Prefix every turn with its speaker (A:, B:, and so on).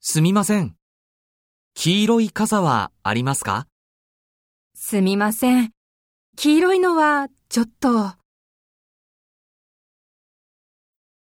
A: すみません。黄色い傘はありますか
B: すみません。黄色いのはちょっと。